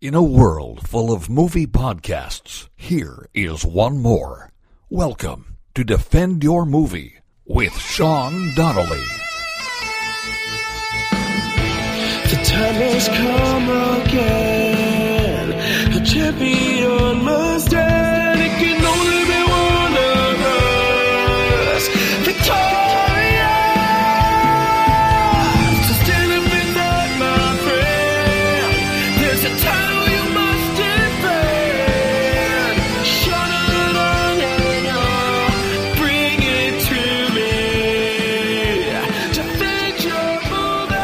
In a world full of movie podcasts, here is one more. Welcome to Defend Your Movie with Sean Donnelly. The time has come again. A champion must stand. It can only be one of us. Victorious. So stand up in that, my friend. There's a title you must defend. Shut it on and on. Bring it to me. Defend your movie.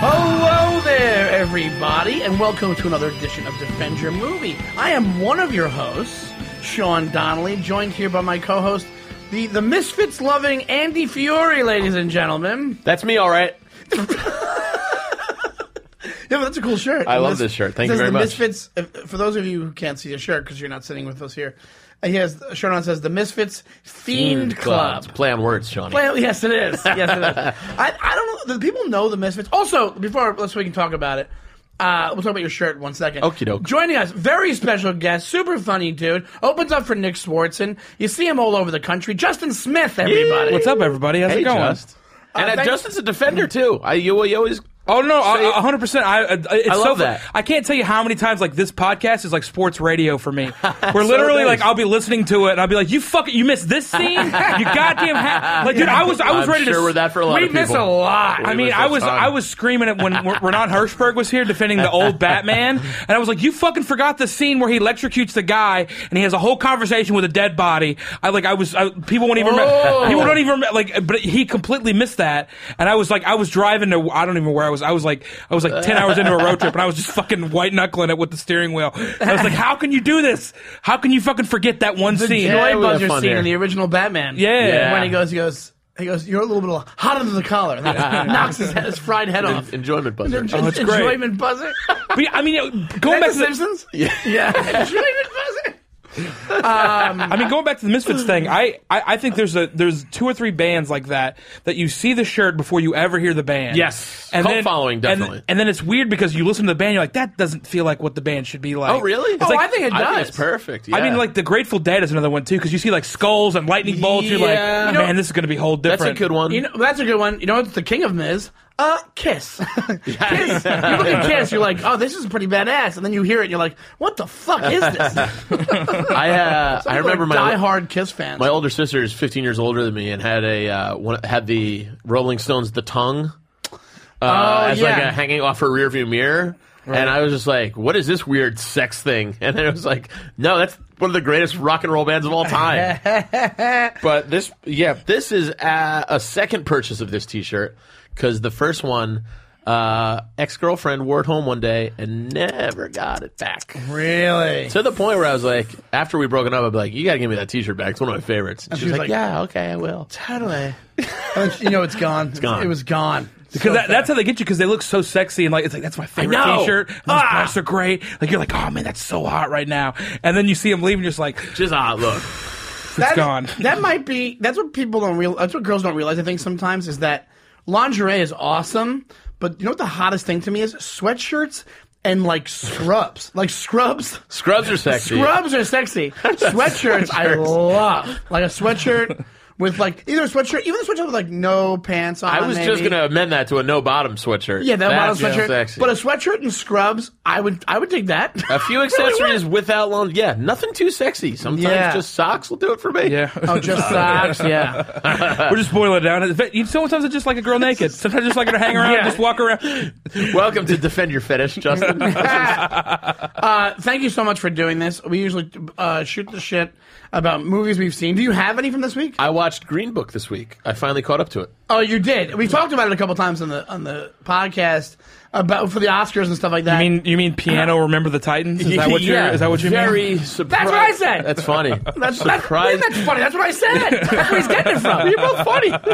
Hello there, everybody, and welcome to another edition of Defend Your Movie. I am one of your hosts, Sean Donnelly, joined here by my co-host, the the Misfits loving Andy Fiore, ladies and gentlemen. That's me, all right. Yeah, but that's a cool shirt. I The love Mis- this shirt. Thank it you says very the much. Misfits. uh, For those of you who can't see the shirt because you're not sitting with us here, uh, he has the shirt on. that Says the Misfits Fiend Club. It's a Play on words, Sean. Well, yes, it is. Yes, it is. I, I don't know. Do people know the Misfits? Also, before let's we can talk about it. Uh, we'll talk about your shirt in one second. Okie doke. Joining us, very special guest, super funny dude. Opens up for Nick Swartzen. You see him all over the country. Justin Smith, everybody. What's up, everybody? How's Hey, it going? Just. And Uh, uh, thank- Justin's a defender too. I you, you always. Oh no, a a hundred percent. I, I- it's I so love fu- that. I can't tell you how many times like this podcast is like sports radio for me. Where literally it like is. I'll be listening to it and I'll be like, "You fucking, you missed this scene, you goddamn ha-. like dude." I was I was I'm ready to sure s- we're that for a lot We of people. miss a lot. I We mean, miss I a was ton. I was screaming at when R- Renan Hirschberg was here defending the old Batman, and I was like, "You fucking forgot the scene where he electrocutes the guy and he has a whole conversation with a dead body." I like I was I, people won't even Oh. remember, people don't even remember, like, but he completely missed that, and I was like, I was driving to I don't even know where I was. I was like I was like ten hours into a road trip, and I was just fucking white knuckling it with the steering wheel. I was like, "How can you do this? How can you fucking forget that one the scene?" joy Yeah, we buzzer have scene fun in the here. original Batman. Yeah. Yeah. When he goes, he goes, he goes. You're a little bit hotter than the collar. And then knocks his, head, his fried head off. Enjoyment buzzer. Just it's great. enjoyment buzzer. But yeah, I mean, you know, going Is that back the to the, Simpsons. Yeah. Yeah. enjoyment buzzer. I mean, going back to the Misfits thing, I, I, I think there's a there's two or three bands like that that you see the shirt before you ever hear the band. Yes. Cult following, and- definitely. And, then it's weird because you listen to the band, you're like, that doesn't feel like what the band should be like. oh really? It's Oh, like- I think it does. I think it's perfect. Yeah. I mean, like the Grateful Dead is another one too, because you see like skulls and lightning bolts. You're like, Yeah. man, You know, this is going to be whole different. that's a good one. You know, that's a good one. You know, it's the king of Miz. Uh, Kiss. uh, Kiss. You look at Kiss, you're like, oh, this is pretty badass. And then you hear it, and you're like, what the fuck is this? I uh, I remember my die-hard Kiss fans. my older sister is 15 years older than me and had a uh, one, had the Rolling Stones "The Tongue" uh, Oh, as like yeah. a hanging off her rearview mirror, and I was just like, "What is this weird sex thing?" And then it was like, "No, that's one of the greatest rock and roll bands of all time." but this, yeah, this is a, a second purchase of this T-shirt because the first one. Uh, ex-girlfriend wore it home one day and never got it back. really? To the point where I was like, after we broken up, I'd be like, you gotta give me that t shirt back. It's one of my favorites. And she was, was like, like, yeah, okay, I will. How do I? And then, Oh, you know, it's gone. It's gone. It was gone. Because that, that's how they get you because they look so sexy and like it's like that's my favorite know. T-shirt. And Those pants are great. Like you're like, oh man, that's so hot right now. And then you see them leaving, you're just like, Just ah, look. that, gone. That might be. That's what people don't realize. That's what girls don't realize. I think sometimes is that lingerie is awesome, but you know what the hottest thing to me is sweatshirts and like scrubs, like scrubs. Scrubs are sexy. Scrubs are sexy. Sweatshirts I love. Like a sweatshirt with like either a sweatshirt, even a sweatshirt with like no pants on. I was just maybe. gonna amend that to a no bottom sweatshirt. yeah, that model That's sweatshirt. Sexy. But a sweatshirt and scrubs, I would I would take that. a few accessories without long. Yeah, nothing too sexy. Sometimes Yeah. just socks will do it for me. yeah. oh, just socks. Yeah, We're just boiling it down. In fact, you- Sometimes I just like a girl naked. Sometimes I just like her to hang around, Yeah. and just walk around. Welcome to defend your fetish, Justin. Uh, thank you so much for doing this. We usually uh, shoot the shit about movies we've seen. Do you have any from this week? I watched Green Book this week. I finally caught up to it. Oh, you did. We talked about it a couple times on the on the podcast about for the Oscars and stuff like that. I mean, you mean piano? Remember the Titans? Is that what you're? Yeah, Is that what you mean? Very surprised. what I said. That's funny. That's, that's, surprised. that's funny. That's what I said. That's where he's getting it from. You're both funny.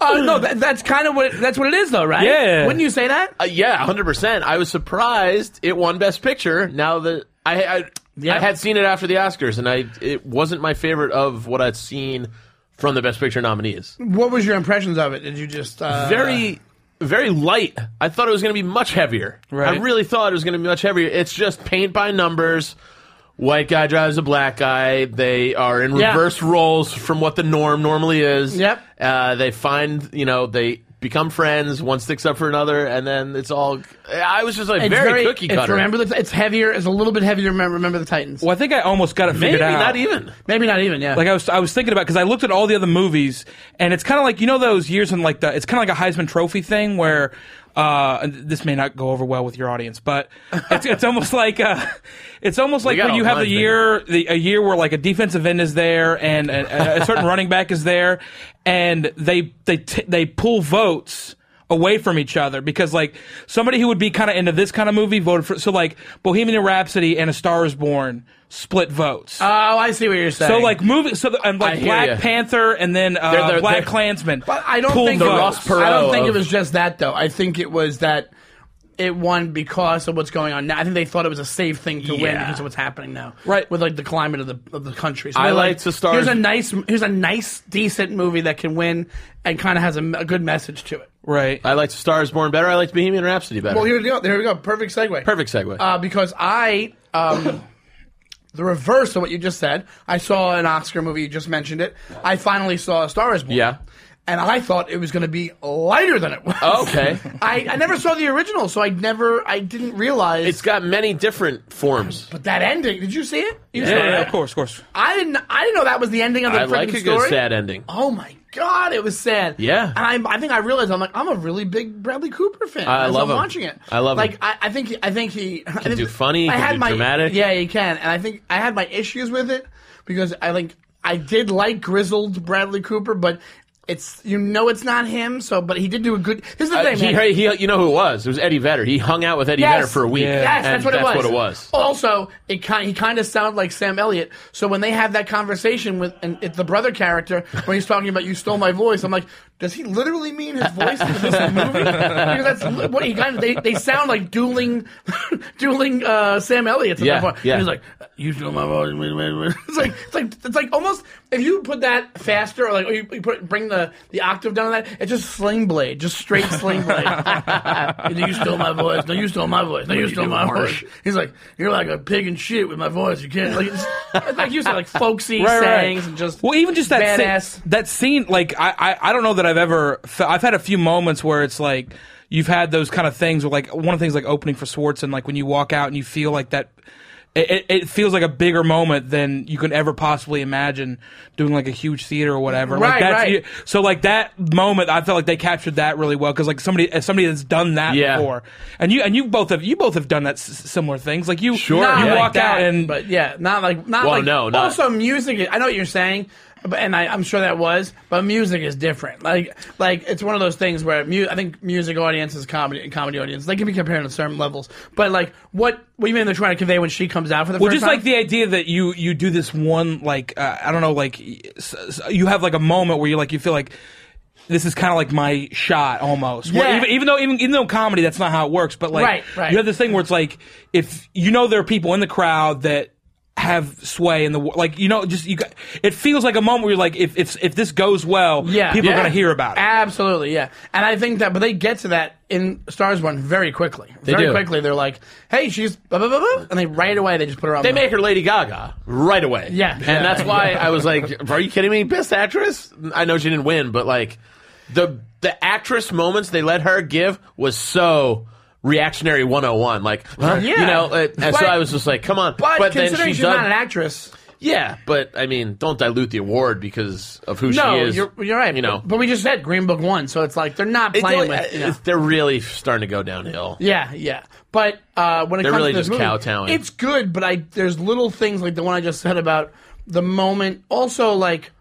Oh no, that, that's kind of what it, that's what it is, though, right? Yeah. Wouldn't you say that? Uh, yeah, hundred percent. I was surprised it won Best Picture. Now that I I, Yeah. I had seen it after the Oscars, and I it wasn't my favorite of what I'd seen from the Best Picture nominees. What was your impressions of it? Did you just uh, Very very light. I thought it was going to be much heavier. Right. I really thought it was going to be much heavier. It's just paint by numbers. White guy drives a black guy. They are in Yeah. reverse roles from what the norm normally is. Yep. Uh, they find, you know, they become friends. One sticks up for another, and then it's all. I was just like It's very, cookie It's, cutter. remember, the, it's heavier. It's a little bit heavier. Remember, remember the Titans. Well, I think I almost got it Maybe figured out. not even. Maybe not even. Yeah. Like I was, I was thinking about because I looked at all the other movies, and it's kind of like you know those years in like the it's kind of like a Heisman Trophy thing where uh, and this may not go over well with your audience, but it's, it's almost like uh, it's almost like got when all you have the kinds, baby. year the, a year where like a defensive end is there and a, a- a certain running back is there, and they they t- they pull votes. Away from each other because like somebody who would be kind of into this kind of movie voted for so like Bohemian Rhapsody and A Star Is Born split votes. oh, I see what you're saying. So like movie, so the, and I like hear Black ya. Panther, and then uh, They're the- Black they're- Klansman. But I don't Pool think the it votes. Ross was, I don't Perot think it of- was just that though. I think it was that it won because of what's going on now. I think they thought it was a safe thing to win Yeah. because of what's happening now. Right. With like the climate of the of the country. So I they're like to start- Here's a nice here's a nice decent movie that can win and kind of has a, m- a good message to it. Right. I liked Stars Born better. I liked Bohemian Rhapsody better. Well, here we go. There we go. Perfect segue. Perfect segue. Uh, because I, um, the reverse of what you just said, I saw an Oscar movie. You just mentioned it. I finally saw A Star Is Born. Yeah. And I thought it was going to be lighter than it was. Okay. I, I never saw the original, so I never, I didn't realize. it's got many different forms. but that ending, did you see it? You yeah, saw yeah, it? of course, of course. I didn't, I didn't know that was the ending of the I freaking like a story. good sad ending. Oh my god, it was sad. Yeah. and I, I think I realized I'm like I'm a really big Bradley Cooper fan. I as I'm love him. watching it. I love like, him. I, I think he- I think he I think do funny, I can had do my dramatic. Yeah, he can. And I think I had my issues with it because I think I did like grizzled Bradley Cooper, but it's you know it's not him. So, but he did do a good. This is the Uh, thing, he, man. he, you know who it was? It was Eddie Vedder. He hung out with Eddie Vedder for a week. Yeah. Yes, and that's what it was. That's what it was. Also, it kind he kind of sounded like Sam Elliott. So when they have that conversation with and it's the brother character when he's talking about you stole my voice, I'm like, does he literally mean his voice is this a movie? Because that's li- what he kind of they, they sound like dueling dueling uh, Sam Elliott. At Yeah, that point. yeah. He's like, you stole my voice. wait, wait, wait." It's like it's like it's like almost if you put that faster or like or you, you put bring the the octave down on that, it's just sling blade, just straight sling blade. And you stole my voice. No, you stole my voice. No, you stole my voice. He's like, you're like a pig and shit with my voice. You can't like, it's, it's like you said, like folksy Right, right. sayings and just Well, even just that badass. scene, that scene, like I, I, I don't know that I've ever. Fe- I've had a few moments where it's like you've had those kind of things, where like one of the things like opening for Swartz, and like when you walk out and you feel like that. It, it- it feels like a bigger moment than you could ever possibly imagine doing like a huge theater or whatever. Right, like that's, right. you- so like that moment, I felt like they captured that really well because like somebody as somebody that's done that Yeah. before, and you and you both have you both have done that s- similar things. Like you, Sure, Not you yeah. like walk that, out and but yeah, not like not Well, like no, not- also music. Is, I know what you're saying, but, and I, I'm sure that was, but music is different. Like like it's one of those things where mu- I think music audiences, comedy and comedy audience, they can be compared on certain levels. But like what what you mean they're trying to convey when she comes out for the Well, first just time? like the idea that you you do this one like uh, I don't know like s- s- you have like a moment where you like you feel like this is kind of like my shot almost. Where Yeah. even, even though even, even though comedy that's not how it works, but like Right, right. you have this thing where it's like if you know there are people in the crowd that have sway in the wo- like you know just you got, it feels like a moment where you're like if if if this goes well, Yeah, people yeah. are gonna hear about it. Absolutely, yeah. And I think that, but they get to that in Stars One very quickly. very do. quickly, they're like, "Hey, she's," blah, blah, blah, blah, and they right away they just put her on. They the, make her Lady Gaga right away. Yeah. And Yeah. that's why I was like, are you kidding me? Best actress? I know she didn't win, but like the the actress moments they let her give was so reactionary 101 like huh? Yeah. you know uh, and so But- i was just like come on but, then considering she she's done- not an actress, yeah but i mean don't dilute the award because of no, who she is you're, you're right. you know but, but we just said Green Book one, so it's like they're not It- playing uh, with. You know. it's- they're really starting to go downhill Yeah, yeah. But uh, when it They're comes really to this just movie, kowtowing. it's good. But I there's little things like the one I just said about the moment. Also, like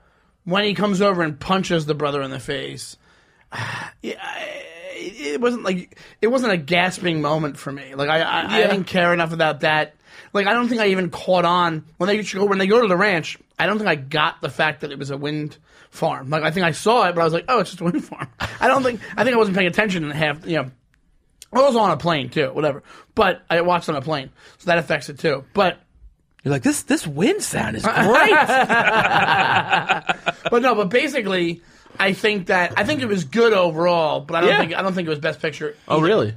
when he comes over and punches the brother in the face. Yeah, I- it it wasn't like it wasn't a gasping moment for me. Like I, I, I Yeah. didn't care enough about that. Like I don't think I even caught on when they go when they go to the ranch. I don't think I got the fact that it was a wind farm. Like I think I saw it, but I was like, oh, it's just a wind farm. I don't think I think I wasn't paying attention and half. You know, I was on a plane too, whatever. But I watched on a plane, so that affects it too. But You're like Uh-uh. this this wind sound is great. but no, but basically, I think that I think it was good overall, but I don't Yeah. think I don't think it was best picture. Oh, really?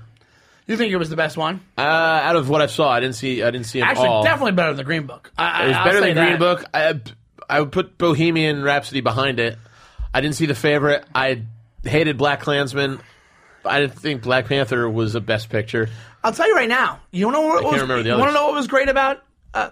You think it was the best one? Uh, out of what I saw, I didn't see. I didn't see it Actually, all. definitely better than the Green Book. I, It was I- I'll better than say that. Green Book. I, I would put Bohemian Rhapsody behind it. I didn't see the favorite. I hated Black Klansman. I didn't think Black Panther was a best picture. I'll tell you right now. You know what, can't was, remember the you want to others. know what was great about uh,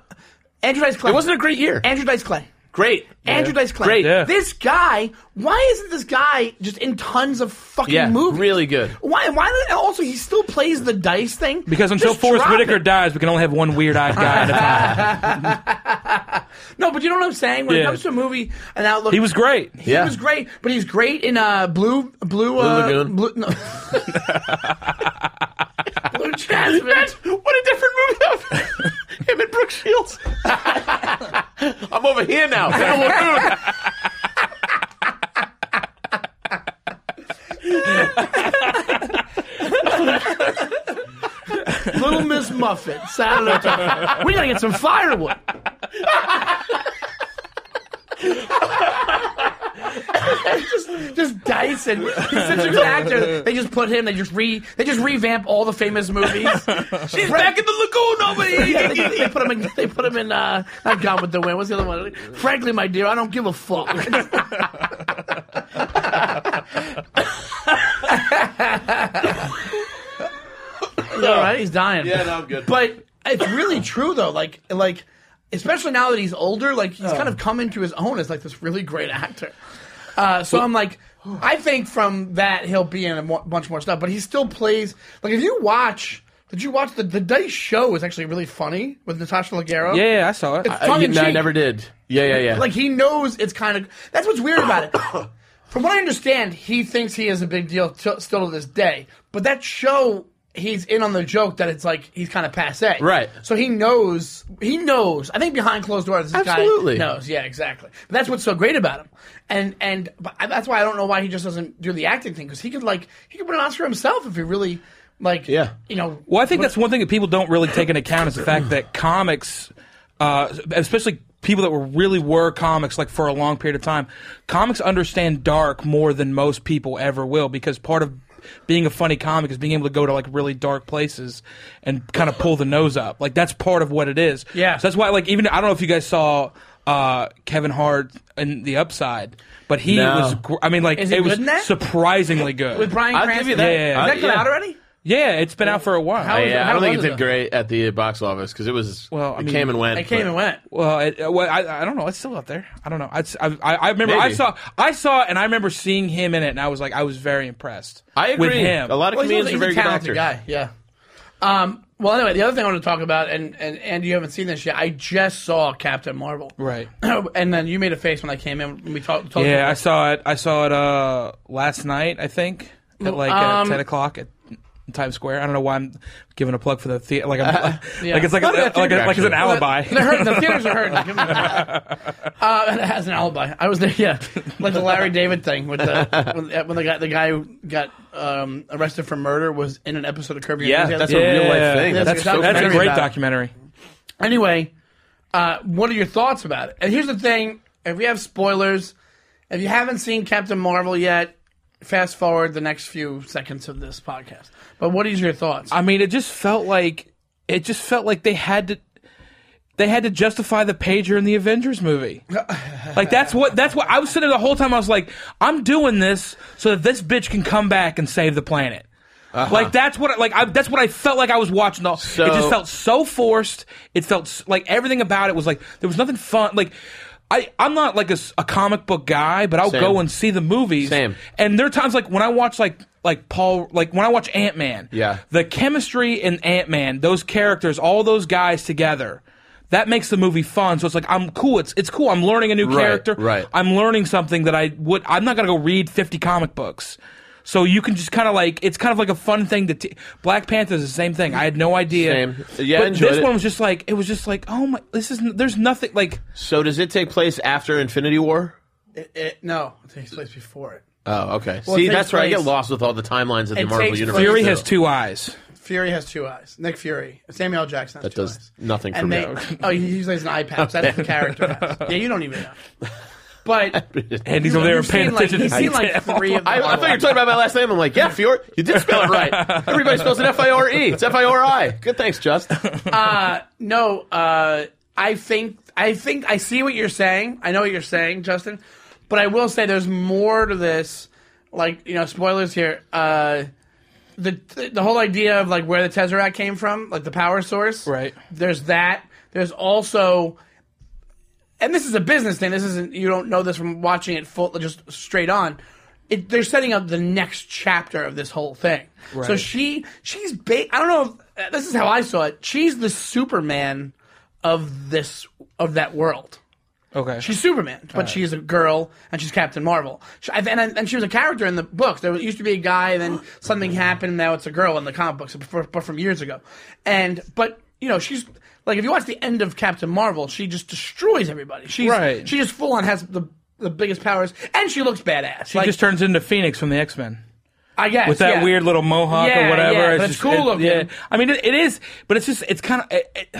Andrew Dice Clay? It wasn't a great year. Andrew Dice Clay. great. Andrew Dice Clay. Great. Yeah. This guy. Why isn't this guy just in tons of fucking Yeah, movies? really good. Why? Why? did- and Also, he still plays the dice thing Because until Just Forrest drop Whitaker it. dies, we can only have one weird eyed guy. at a time. No, but you know what I'm saying. When it Yeah. comes to a movie, an outlook. He was great. He Yeah. was great, but he's great in uh, blue, blue, uh, Lagoon. blue, no. blue Jasmine. What a different movie! of Him and Brooke Shields. I'm over here now. In a lagoon. Little Miss Muffet. Saturday Night Fever. we gotta get some firewood. just, just Dyson. He's such a good actor. They just put him. They just re. They just revamp all the famous movies. She's back in the lagoon over here. they, they put him in. They put him in. Uh, not Gone with the Wind. What's the other one? Frankly, my dear, I don't give a fuck. He's all right. He's dying. Yeah, no, I'm good. But it's really true though. Like like especially now that he's older, like he's kind of Oh. come into his own as like this really great actor. Uh, so I'm like, oh. I think from that he'll be in a mo- bunch more stuff. But he still plays like if you watch. Did you watch the the Dice Show? Is actually really funny with Natasha Leggero. Yeah, I saw it. It's Uh, tongue you- in no, I cheek. never did. Yeah, yeah, yeah. Like he knows it's kind of that's what's weird about it. From what I understand, he thinks he is a big deal t- still to this day. But that show, he's in on the joke that it's like he's kind of passe, Right. So he knows. He knows. I think behind closed doors, this Absolutely. guy knows. Yeah, exactly. But that's what's so great about him. And and but I- that's why I don't know why he just doesn't do the acting thing because he could like he could win an Oscar himself if he really like Yeah. you know. Well, I think that's one thing that people don't really take into account is the fact that comics, uh, especially people that were really were comics like for a long period of time, comics understand dark more than most people ever will because part of being a funny comic is being able to go to like really dark places and kind of pull the nose up. Like that's part of what it is. Yeah. So that's why like even I don't know if you guys saw uh, Kevin Hart in The Upside, but he No. was gr- I mean like Is he it was good in that? surprisingly good. with Brian I'll Cranston. give you that. Yeah, yeah, yeah. Is that come Yeah. out already? yeah, it's been out for a while. How- yeah, I don't was think it it did though? great at the box office because it was. Well, I it mean, came and went. It came but- and went. Well, it, uh, well, I, I don't know. It's still out there. I don't know. I, I, I remember I Maybe. saw I saw it and I remember seeing him in it and I was like I was very impressed. I agree. with him. A lot of Well, he's, comedians he's are very a good talented actors. guy. Yeah. Um, well, anyway, the other thing I want to talk about, and and Andy, you haven't seen this yet. I just saw Captain Marvel. Right. and then you made a face when I came in. When we talked. Talk Yeah, I saw it. I saw it uh, last night. I think at like uh, Um, ten o'clock at Times Square. I don't know why I'm giving a plug for the theater. Like, I'm, yeah. like it's like a, Not a bad like, a, theater, like it's an actually. alibi. They're hurting. The theaters are hurting. Give me that. uh, and it has an alibi. I was there. Yeah, like the Larry David thing with the when, when the guy the guy who got um, arrested for murder was in an episode of Curb Your Yeah, Enthusiasm. that's a real life thing. That's That's, a so That's a crazy. great about it. documentary. Anyway, uh, what are your thoughts about it? And here's the thing: if we have spoilers, if you haven't seen Captain Marvel yet, fast forward the next few seconds of this podcast. But what is your thoughts? I mean, it just felt like it just felt like they had to they had to justify the pager in the Avengers movie. like that's what that's what I was sitting there the whole time. I was like, I'm doing this so that this bitch can come back and save the planet. Like that's what I- like I, that's what I felt like I was watching. The, it just Uh-huh. So- felt so forced. It felt s- like everything about it was like there was nothing fun. Like I I'm not like a, s- a comic book guy, but I'll Same. go and see the movies. Same. And there are times like when I watch like like Paul like when I watch Ant Man. Yeah. The chemistry in Ant Man, those characters, all those guys together, that makes the movie fun. So it's like I'm cool. It's it's cool. I'm learning a new Right, character. right. I'm learning something that I would. I'm not gonna go read 50 comic books. So you can just kind of like it's kind of like a fun thing to. T- Black Panther is the same thing. I had no idea. Same. Yeah, I But enjoyed this it. one was just like it was just like oh my. This is there's nothing like. So does it take place after Infinity War? It- it- no, it takes place before it. Oh, okay. Well, it See, takes that's where I place- get lost with all the timelines of the It Marvel takes universe. place- Fury too. has two eyes. Fury has two eyes. Nick Fury, Samuel L. Jackson. Has That two does eyes. nothing for and me. they, Oh, he usually has an eye patch. That's the character. Has. Yeah, you don't even know. But Andy's over there you've paying seen, like, attention you've to seen like detail. three of them. I, I thought you were talking about my last name. I'm like, yeah, Fiore. You did spell it right. Everybody spells it F I R E. It's F I R I. Good, thanks, Just. No, uh, I think I think I see what you're saying. I know what you're saying, Justin. But I will say there's more to this. Like you know, spoilers here. Uh, the the whole idea of like where the Tesseract came from, like the power source. Right. There's that. There's also, and this is a business thing. This isn't you don't know this from watching it full just straight on. It, they're setting up the next chapter of this whole thing. So Right. she she's ba- I don't know. If, this is how I saw it. She's the Superman of this of that world. Okay. She's Superman, but she's a girl and she's Captain Marvel. She, and, and and she was a character in the books. There used to be a guy, and then something happened, and now it's a girl in the comic books, but for- but from years ago. And but you know she's like if you watch the end of Captain Marvel, she just destroys everybody. She's Right. she just full on has the the biggest powers, and she looks badass. She just turns into Phoenix from the X Men I guess with that yeah. weird little mohawk Yeah, or whatever. yeah, but it's just- cool it- looking. Yeah, I mean it, it is, but it's just it's kind of. It, it,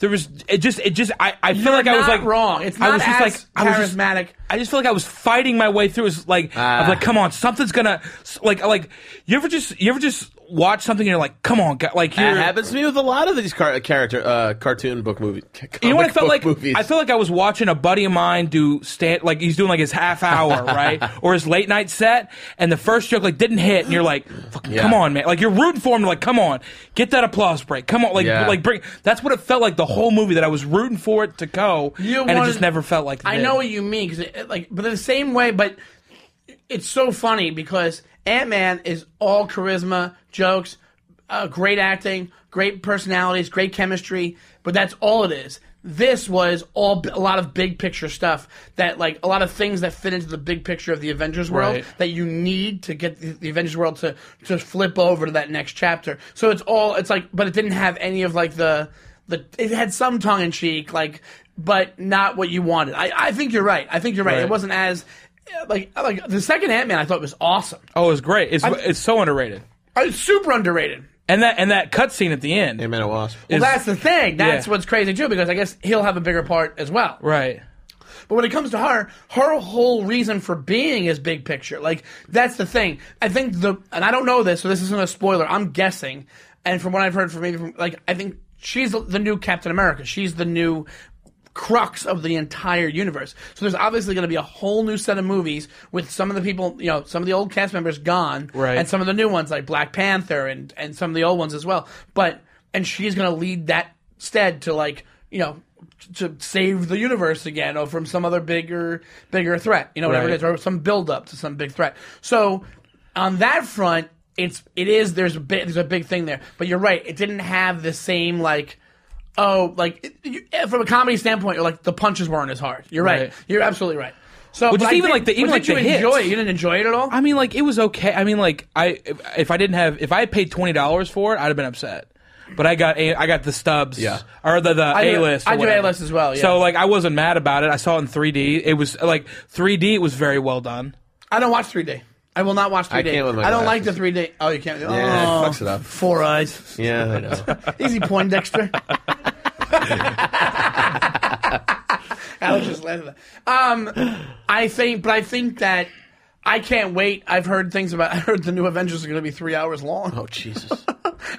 there was it just it just I, I feel You're like I was not like wrong. It's I not was as just like I was just- charismatic. Ah. I just feel like I was fighting my way through. It's like I'm like, come on, something's gonna like like you ever just you ever just watch something and you're like, come on, God, like That you're, happens to me with a lot of these car- character uh, cartoon book movies. You know what I felt like? Movies. I felt like I was watching a buddy of mine do stand like he's doing like his half hour, right? or his late night set, and the first joke like didn't hit, and you're like, Fucking, Yeah. "Come on, man!" Like you're rooting for him, like, "Come on, get that applause break! Come on, like, Yeah. like bring." That's what it felt like the whole movie that I was rooting for it to go, You and it wanted- just never felt like. it I did. know what you mean, 'cause it, it, like, but the same way. But it's so funny because Ant Man is all charisma, jokes, uh, great acting, great personalities, great chemistry. But that's all it is. This was all b- a lot of big picture stuff that, like, a lot of things that fit into the big picture of the Avengers world Right. that you need to get the, the Avengers world to to flip over to that next chapter. So it's all it's like, but it didn't have any of like the the it had some tongue in cheek, like, but not what you wanted. I I think you're right. I think you're right. Right. It wasn't as like like the second Ant Man I thought was awesome. Oh, it was great. It's it's so underrated, Uh, It's super underrated. and that and that cutscene at the end, Hey, man, a wasp. Well, Is- that's the thing. That's Yeah. what's crazy too, because I guess he'll have a bigger part as well. right? But when it comes to her, her whole reason for being is big picture. Like that's the thing. I think the and I don't know this, so this isn't a spoiler. I'm guessing, and from what I've heard from maybe from like I think she's the new Captain America. She's the new crux of the entire universe. So there's obviously going to be a whole new set of movies with some of the people, you know, some of the old cast members gone, Right. and some of the new ones like Black Panther and and some of the old ones as well. But and she's going to lead that stead to like you know to save the universe again or from some other bigger bigger threat you know whatever Right. it is or some build up to some big threat so on that front it's it is there's a bit there's a big thing there but you're right it didn't have the same like oh like it, you, eh, from a comedy standpoint you're like the punches weren't as hard you're right, Right. you're absolutely right so Well, but just I even think- like the- even but like did the you hits. enjoy it you didn't enjoy it at all I mean, like it was okay. I mean, like I if- if I didn't have if I had paid twenty dollars for it, I'd have been upset. But I got a, I got the stubs, Yeah. or the the do- A list. I do A-list as well, yeah. So like I wasn't mad about it. I saw it in 3D. It was like 3D. It was very well done. I don't watch 3D. I will not watch 3D. I, can't with my don't like the glasses. 3D. Oh, you can't. Yeah, it oh, fucks it up. Four eyes. Yeah, I know. Easy Poindexter. Alex just laughed at that. Um, I think, but I think that I can't wait. I've heard things about. I heard the new Avengers are going to be three hours long. Oh, Jesus.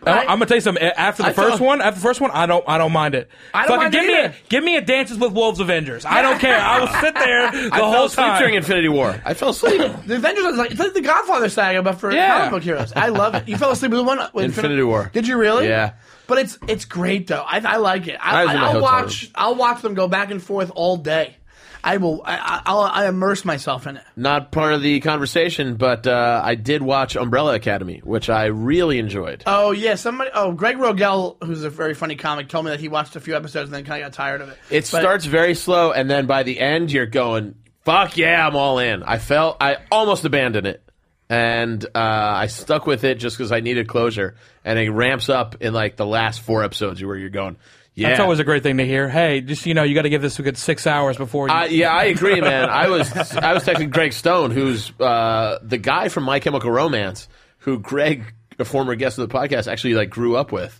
I, am gonna tell you something. A- After the I first felt- one, after the first one, I don't I don't mind it. I don't mind give it me either. a, give me a Dances with Wolves Avengers. I don't care. I will sit there the I fell whole asleep time. during Infinity War. I fell asleep. The Avengers is like it's like the Godfather saga, but for Yeah. comic book heroes. I love it. You fell asleep with one with Infinity War. Did you really? Yeah. But it's it's great though. I, I like it. I, I was in my will hotel watch. room. I'll watch them go back and forth all day. I will. I, I- I'll I immerse myself in it. Not part of the conversation, but uh, I did watch Umbrella Academy, which I really enjoyed. Oh yeah, somebody. Oh, Greg Rogel, who's a very funny comic, told me that he watched a few episodes and then kind of got tired of it. It But- starts very slow, and then by the end, you're going, "Fuck yeah, I'm all in." I felt I almost abandoned it, and uh, I stuck with it just because I needed closure. And it ramps up in like the last four episodes where you're going, "Yeah." That's always a great thing to hear. Hey, just you know, you got to give this a good six hours before. you... I, yeah, I agree, man. I was I was texting Greg Stone, who's uh, the guy from My Chemical Romance, who Greg, a former guest of the podcast, actually like grew up with.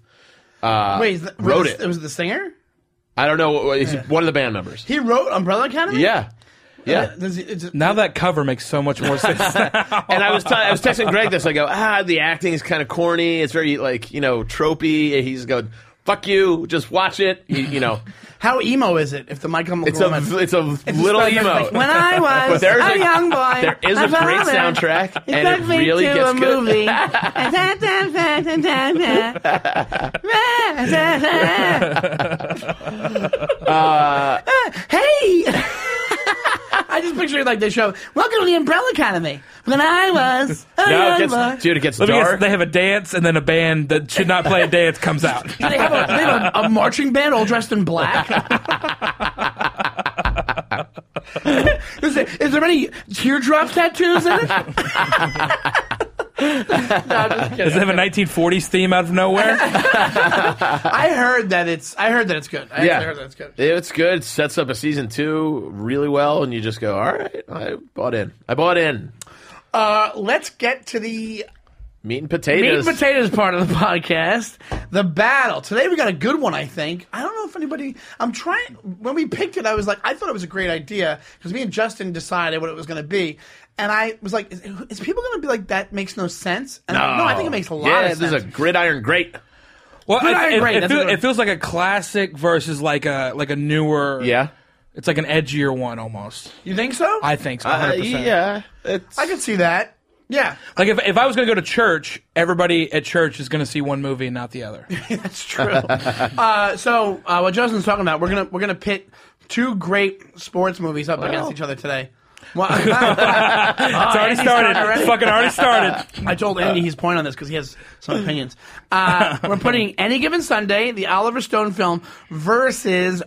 Wait, is that- uh, wrote was- it. It was the singer. I don't know. He's one of the band members. He wrote Umbrella Academy. Yeah. Uh, Yeah. Does he- it's- Now that cover makes so much more sense. And I was t- I was texting Greg this. I go, ah, the acting is kind of corny. It's very like you know tropey. And he's going, fuck you, just watch it. You, you know, how emo is it? If the Michael it's a Woman- it's a little like- emo. like, when I was But there's a, a- young boy, there is a my great father soundtrack, took and it me really to gets a good. movie. hey, I just picture like they show. Welcome to the Umbrella Academy. When I was a no, young it boy. gets, dude, it gets Let me guess, dark. they have a dance and then a band that should not play a dance comes out. they have, a, they have a, a marching band all dressed in black. is, there, is there any teardrop tattoos in it? no, I'm just kidding. Does it have a 1940s theme out of nowhere? I heard that it's. I heard that it's good. I actually heard that it's good. It's good. It sets up a season two really well, and you just go, all right, I bought in. I bought in. Uh, let's get to the Meat and meat potatoes. and potatoes part of the podcast. The battle today. We got a good one. I think. I don't know if anybody. I'm trying. When we picked it, I was like, I thought it was a great idea because me and Justin decided what it was going to be. And I was like, is, is people going to be like, that makes no sense? And I'm like, no, I think it makes a lot yeah, of sense. This is a gridiron grate. Well, Good it, Iron it- Great, it that's a feel- good one. it feels like a classic versus like a like a newer. Yeah. it's like an edgier one almost. you think so? I think so. Uh, 100%. yeah. It's, I could see that. Yeah, Like if, if I was going to go to church, everybody at church is going to see one movie and not the other. that's true. uh, so uh, what Justin's talking about, we're gonna we're gonna pit two great sports movies up against each other today. Well, it's already started. already? It's fucking already started. I told Andy his point on this because he has some opinions. Uh, we're putting Any Given Sunday, the Oliver Stone film, versus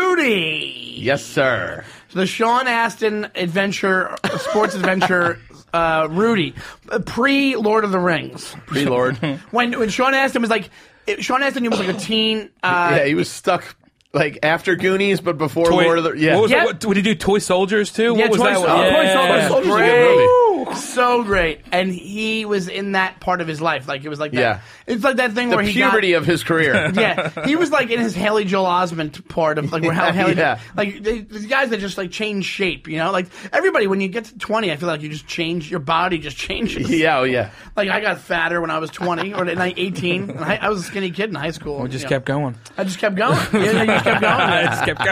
Rudy, yes, sir. the Sean Astin adventure, sports adventure, uh, Rudy, pre Lord of the Rings. Pre Lord. When when Sean Astin was like, it- Sean Astin was like a teen. Uh, yeah, he was stuck like after Goonies, but before Toy- Lord of the Yeah. What was Yeah. that? What, did he do Toy Soldiers too? Yeah, what was Toy that? Sol- one? Oh, Toy Soldiers. Yeah. Soldier's a Great. good movie. So great, and he was in that part of his life. Like it was like that. Yeah. It's like that thing The where he puberty got, of his career. yeah, he was like in his Haley Joel Osment part of like where how Haley, Yeah. like the the guys that just like change shape, you know, like everybody when you get to twenty, I feel like you just change your body just changes. yeah, oh, yeah. like I got fatter when I was twenty or like eighteen, and I, I was a skinny kid in high school. We just you know. kept going. I just kept going. Yeah, yeah, you just kept going. I just kept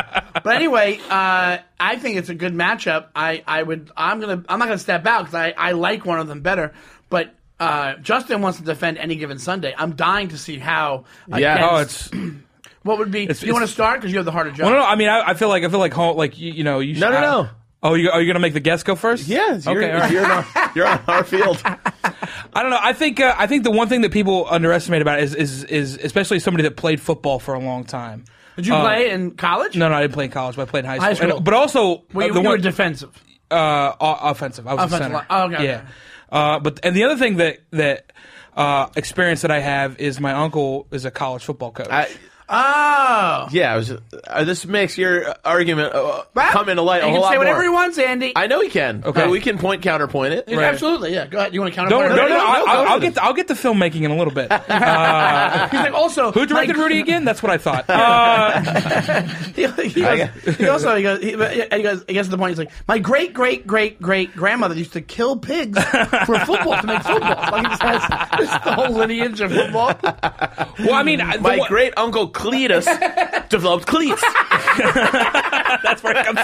going. But anyway, uh, I think it's a good matchup. I, I would I'm gonna I'm not gonna step out because I, I like one of them better. But uh, Justin wants to defend any given Sunday. I'm dying to see how. Yeah. against- oh, it's what would be? you it's- want to start because you have the harder job. Well, no, no. I mean, I, I feel like I feel like home, like you, you know, you. No, should- no, I- no. Oh, you, are you gonna make the guest go first? Yes, you're, Okay. all right. you're, on, you're on our field. I don't know. I think uh, I think the one thing that people underestimate about it is is is especially somebody that played football for a long time. Did you play in college? uh, No, no, I didn't play in college, but I played in high school. High school. And- but also, Well, uh, you, the you were one defensive. uh, o- offensive. I was Offensive a line. center. Oh, okay, yeah. okay. Uh, but and the other thing that that uh, experience that I have is my uncle is a college football coach. I, Oh, yeah, I was, uh, this makes your argument uh, Well, come into light a You whole can lot say whatever more. he wants, Andy. I know he can. Okay. But we can point counterpoint it. Yeah, Absolutely, yeah. Go ahead. You want to counter? don't, no, no, no, no, I, I'll, go I'll with get it. to, I'll get to filmmaking in a little bit. Uh, He's like also who directed like- Rudy again? That's what I thought. Uh, He, he, goes, he also he goes, he, he goes. I guess the point is like my great great great great grandmother used to kill pigs for football to make football. Like it says, this is the whole lineage of football. well, I mean, I- the My one- great uncle Cletus developed cleats. that's where it comes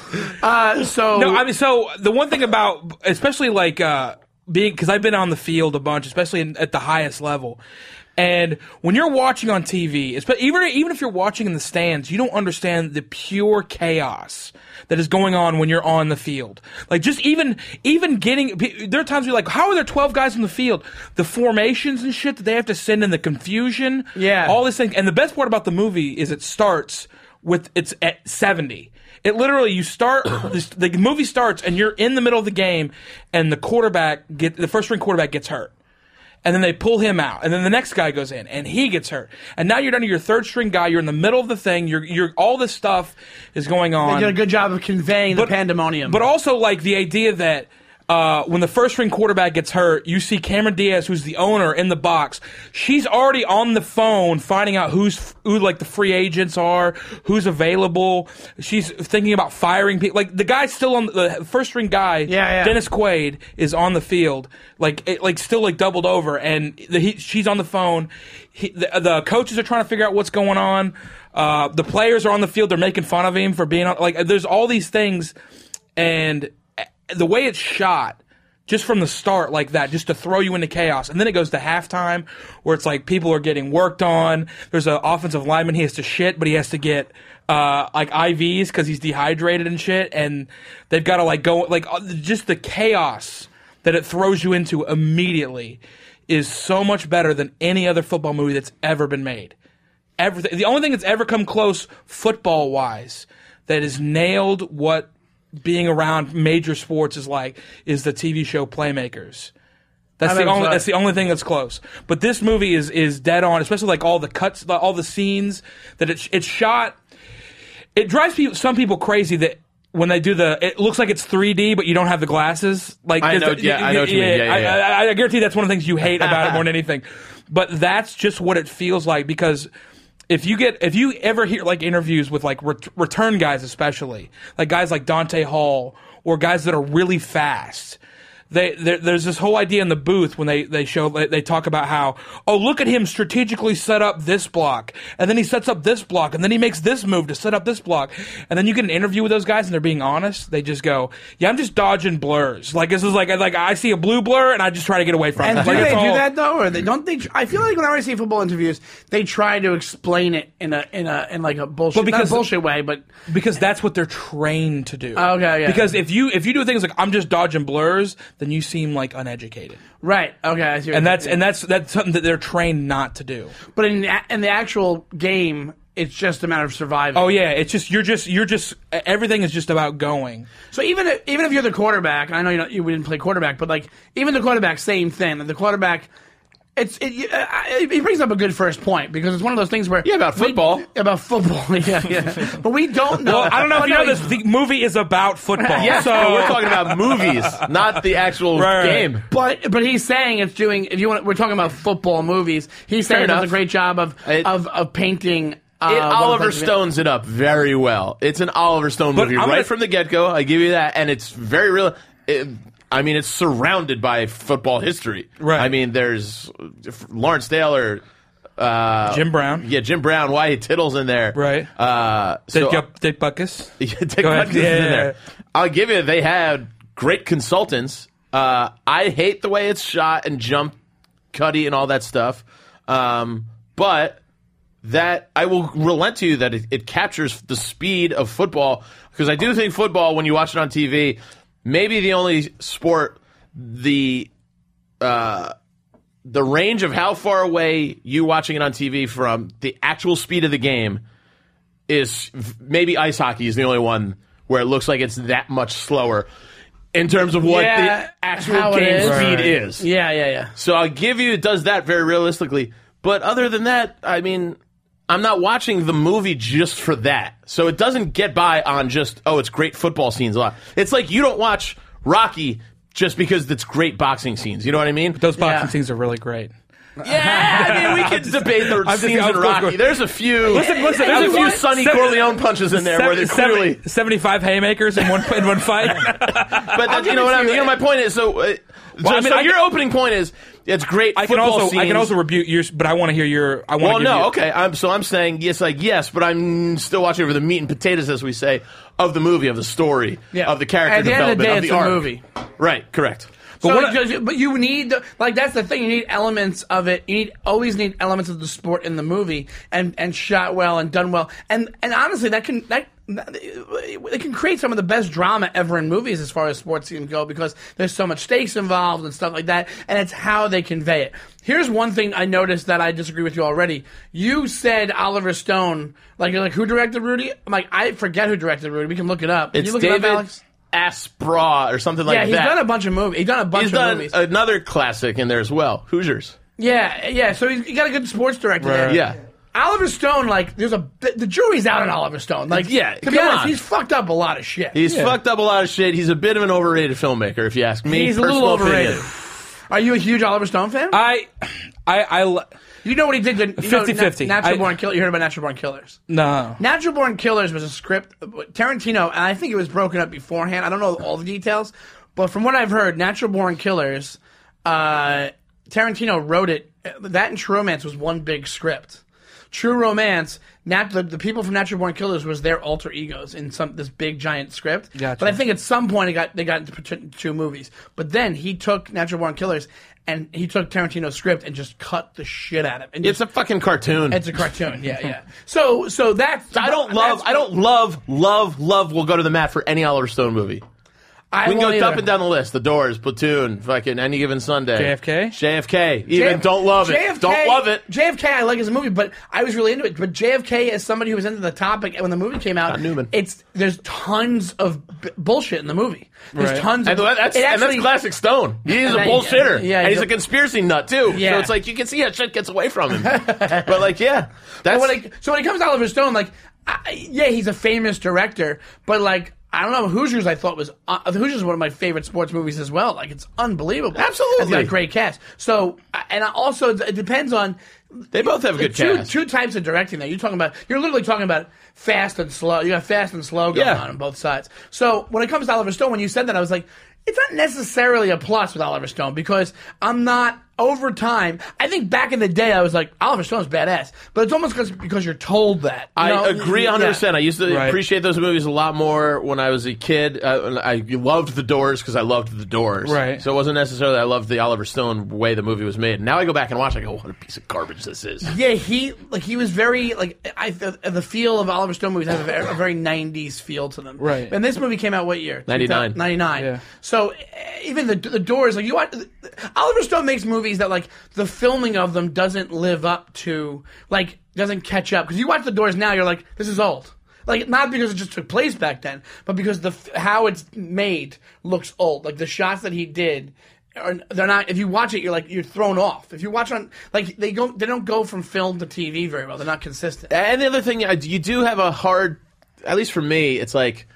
from. Uh, so No, I mean, so the one thing about, especially like uh, being, because I've been on the field a bunch, especially in, at the highest level. And when you're watching on TV, espe- even even if you're watching in the stands, you don't understand the pure chaos that is going on when you're on the field. Like just even even getting, pe- there are times where you're like, how are there 12 guys on the field? The formations and shit that they have to send in the confusion, Yeah. all this thing. And the best part about the movie is it starts with it's at 70. It literally you start this, the movie starts and you're in the middle of the game and the quarterback get the first string quarterback gets hurt. And then they pull him out, and then the next guy goes in, and he gets hurt. And now you're down to your third string guy. You're in the middle of the thing. You're, you're all this stuff is going on they did a good job of conveying the pandemonium. but also like the idea that uh, when the first string quarterback gets hurt, you see Cameron Diaz, who's the owner, in the box. She's already on the phone finding out who's who, like the free agents are, who's available. She's thinking about firing people. Like the guy's still on the the first string guy. Yeah, yeah. Dennis Quaid is on the field, like it, like still like doubled over, and the, he, she's on the phone. He, the, the coaches are trying to figure out what's going on. Uh, the players are on the field. They're making fun of him for being on. Like there's all these things, and uh, the way it's shot. Just from the start, like that, just to throw you into chaos, and then it goes to halftime, where it's like people are getting worked on. There's an offensive lineman he has to shit, but he has to get uh, like IVs because he's dehydrated and shit, and they've got to like go like uh, just the chaos that it throws you into immediately is so much better than any other football movie that's ever been made. Everything, the only thing that's ever come close football wise that has nailed what being around major sports is like is the TV show Playmakers. That's I'm the only excited. that's the only thing that's close. But this movie is is dead on, especially like all the cuts, the- all the scenes that it's it's shot it drives people, some people crazy that when they do the it looks like it's 3D but you don't have the glasses like I know- the- yeah, I know what you mean. Yeah, yeah, yeah. I, I, I guarantee that's one of the things you hate about it more than anything but that's just what it feels like because if you get if you ever hear like interviews with like ret- return guys especially like guys like Dante Hall or guys that are really fast they, there, there's this whole idea in the booth when they, they show they, they talk about how oh look at him strategically set up this block and then he sets up this block and then he makes this move to set up this block and then you get an interview with those guys and they're being honest they just go yeah I'm just dodging blurs like this is like like I see a blue blur and I just try to get away from And it do Like, they it's do all- that though, or they don't? They I feel like whenever I see football interviews, they try to explain it in a in a in like a bullshit, Well, because- not a bullshit way, but because that's what they're trained to do Oh, Okay, yeah. because if you if you do things like I'm just dodging blurs then you seem like uneducated right. Okay, I see. what you're and that's and that's that's something that they're trained not to do But in the, in the actual game, it's just a matter of surviving. Oh yeah, it's just you're just you're just everything is just about going. So even if, even if you're the quarterback, I know you, know you we didn't play quarterback, but like even the quarterback, same thing. The quarterback, it's it, you- uh, it, it brings up a good first point because it's one of those things where yeah about football. about football, yeah, yeah. but we don't know. Well, I don't know if But you know no, this. The movie is about football. Yeah. So But we're talking about movies, not the actual Right, right. game. But but he's saying it's doing. If you want, we're talking about football movies. He's saying it does a enough. great job of It- of of painting. Uh, It what Oliver it's like to be- Stones it up very well. It's an Oliver Stone But movie I'm right gonna- from the get go. I give you that, and it's very real. It, I mean, it's surrounded by football history. Right. I mean, there's uh, Lawrence Taylor. Uh, Jim Brown. Yeah, Jim Brown, Wyatt Tittle's in there. Right. Uh, so Dick, Dick Buckus. Yeah, Dick Go ahead. Butkus is in Yeah, yeah, there. yeah. I'll give you. They had great consultants. Uh, I hate the way it's shot and jump cutty and all that stuff. Um, but that I will relent to you that it, it captures the speed of football because I do think football when you watch it on TV, maybe the only sport the uh, the range of how far away you watching it on TV from the actual speed of the game is maybe ice hockey is the only one where it looks like it's that much slower in terms of what Yeah, the how actual it game is. speed Right. is. Yeah, yeah, yeah. So I'll give you it does that very realistically. But other than that, I mean, I'm not watching the movie just for that. So it doesn't get by on just oh, it's great football scenes a lot. It's like you don't watch Rocky just because it's great boxing scenes. You know what I mean? Those boxing Yeah. scenes are really great. Yeah, I mean, we could debate the just- scenes I was in going- Rocky. There's a few. Listen, listen, I there's was- a few what? Sonny Seven- Corleone punches in there where they're Seven- clearly. seventy-five haymakers in one in one fight. But that, you know what I mean. You know, my point is so. Uh, so, I mean, so I your can- opening point is it's great. I can football also I can scenes. also rebuke yours, but I want to hear your. I want Well, to no, you, okay. I'm so I'm saying yes, like yes, but I'm still watching over the meat and potatoes, as we say, of the movie, of the story, Yeah. of the character At the end of development, the day, of the it's a arc. movie. Right, correct. But, what- but you need the, like that's the thing. You need elements of it. You need always need elements of the sport in the movie, and and shot well and done well. And and honestly, that can that. It can create some of the best drama ever in movies as far as sports scenes go because there's so much stakes involved and stuff like that, and it's how they convey it. Here's one thing I noticed that I disagree with you already. You said Oliver Stone, like you're like who directed Rudy? I'm like I forget who directed Rudy. We can look it up. Can It's you look David it up, Alex? Asprah or something like Yeah, he's that. done a bunch of movies. He's done a bunch he's of done movies. another classic in there as well, Hoosiers. Yeah, yeah. So he's, he got a good sports director there. Yeah. Oliver Stone, like, there's a the the jury's out on Oliver Stone. Like, Yeah, to be come honest, on. he's fucked up a lot of shit. He's fucked up a lot of shit. He's a bit of an overrated filmmaker, if you ask me. He's a little Personal opinion. overrated. Are you a huge Oliver Stone fan? I, I, I, l- you know what he did to you know, 50-50. Natural I- Born Killer. You heard about Natural Born Killers? no. Natural Born Killers was a script. Tarantino, and I think it was broken up beforehand. I don't know all the details, but from what I've heard, Natural Born Killers, uh, Tarantino wrote it. That and True Romance was one big script. True Romance, nat- the, the people from Natural Born Killers was their alter egos in some this big giant script. Gotcha. But I think at some point it got they got into t- two movies. But then he took Natural Born Killers and he took Tarantino's script and just cut the shit out of it. And It's just- a fucking cartoon. it's a cartoon, yeah, yeah. So, so that's I don't love. I don't love. Love. Love. We'll go to the mat for any Oliver Stone movie. I We can won't go up either. and down the list. The Doors, Platoon, fucking Any Given Sunday, JFK? JFK. Even don't love it. Don't love it. JFK, I like as a movie, but I was really into it. But JFK, as somebody who was into the topic when the movie came out, Not Newman. it's there's tons of b- bullshit in the movie. There's Right. tons And of that's, it and that's actually- classic Stone. He's a And I- bullshitter. yeah, and he's he's a, a- conspiracy nut too. So Yeah. it's like you can see how shit gets away from him. but like, yeah, But that's when it, so when it comes to Oliver Stone, like, I, yeah, he's a famous director, but like, I don't know. Hoosiers, I thought was uh, Hoosiers is one of my favorite sports movies as well. Like, it's unbelievable. Absolutely. it's got a great cast. So, I- and I also it depends on. they both have a good two, cast. two types of directing there. You're talking about you're literally talking about fast and slow. You got fast and slow going Yeah. on on both sides. So when it comes to Oliver Stone, when you said that, I was like, it's not necessarily a plus with Oliver Stone because I'm not over time. I think back in the day, I was like, Oliver Stone's badass, but it's almost 'cause- because you're told that. You I know? agree 100. percent I Yeah. used to Right. appreciate those movies a lot more when I was a kid. I, and I loved The Doors because I loved The Doors. Right. So it wasn't necessarily I loved the Oliver Stone way the movie was made. Now I go back and watch. I go, what a piece of garbage this is. Yeah, he like he was very like I the, the feel of Oliver Stone movies have a very, a very '90s feel to them. Right. And this movie came out what year? 99. 2000 99. Yeah. So eh, even the the Doors, like you watch, Oliver Stone makes movies that like the filming of them doesn't live up to like doesn't catch up because you watch the Doors now, you're like this is old. Like not because it just took place back then, but because the f- how it's made looks old. Like the shots that he did are they're not. If you watch it, you're like you're thrown off. If you watch on like they go, they don't go from film to TV very well. They're not consistent. And the other thing, I- you do have a hard, at least for me, it's like,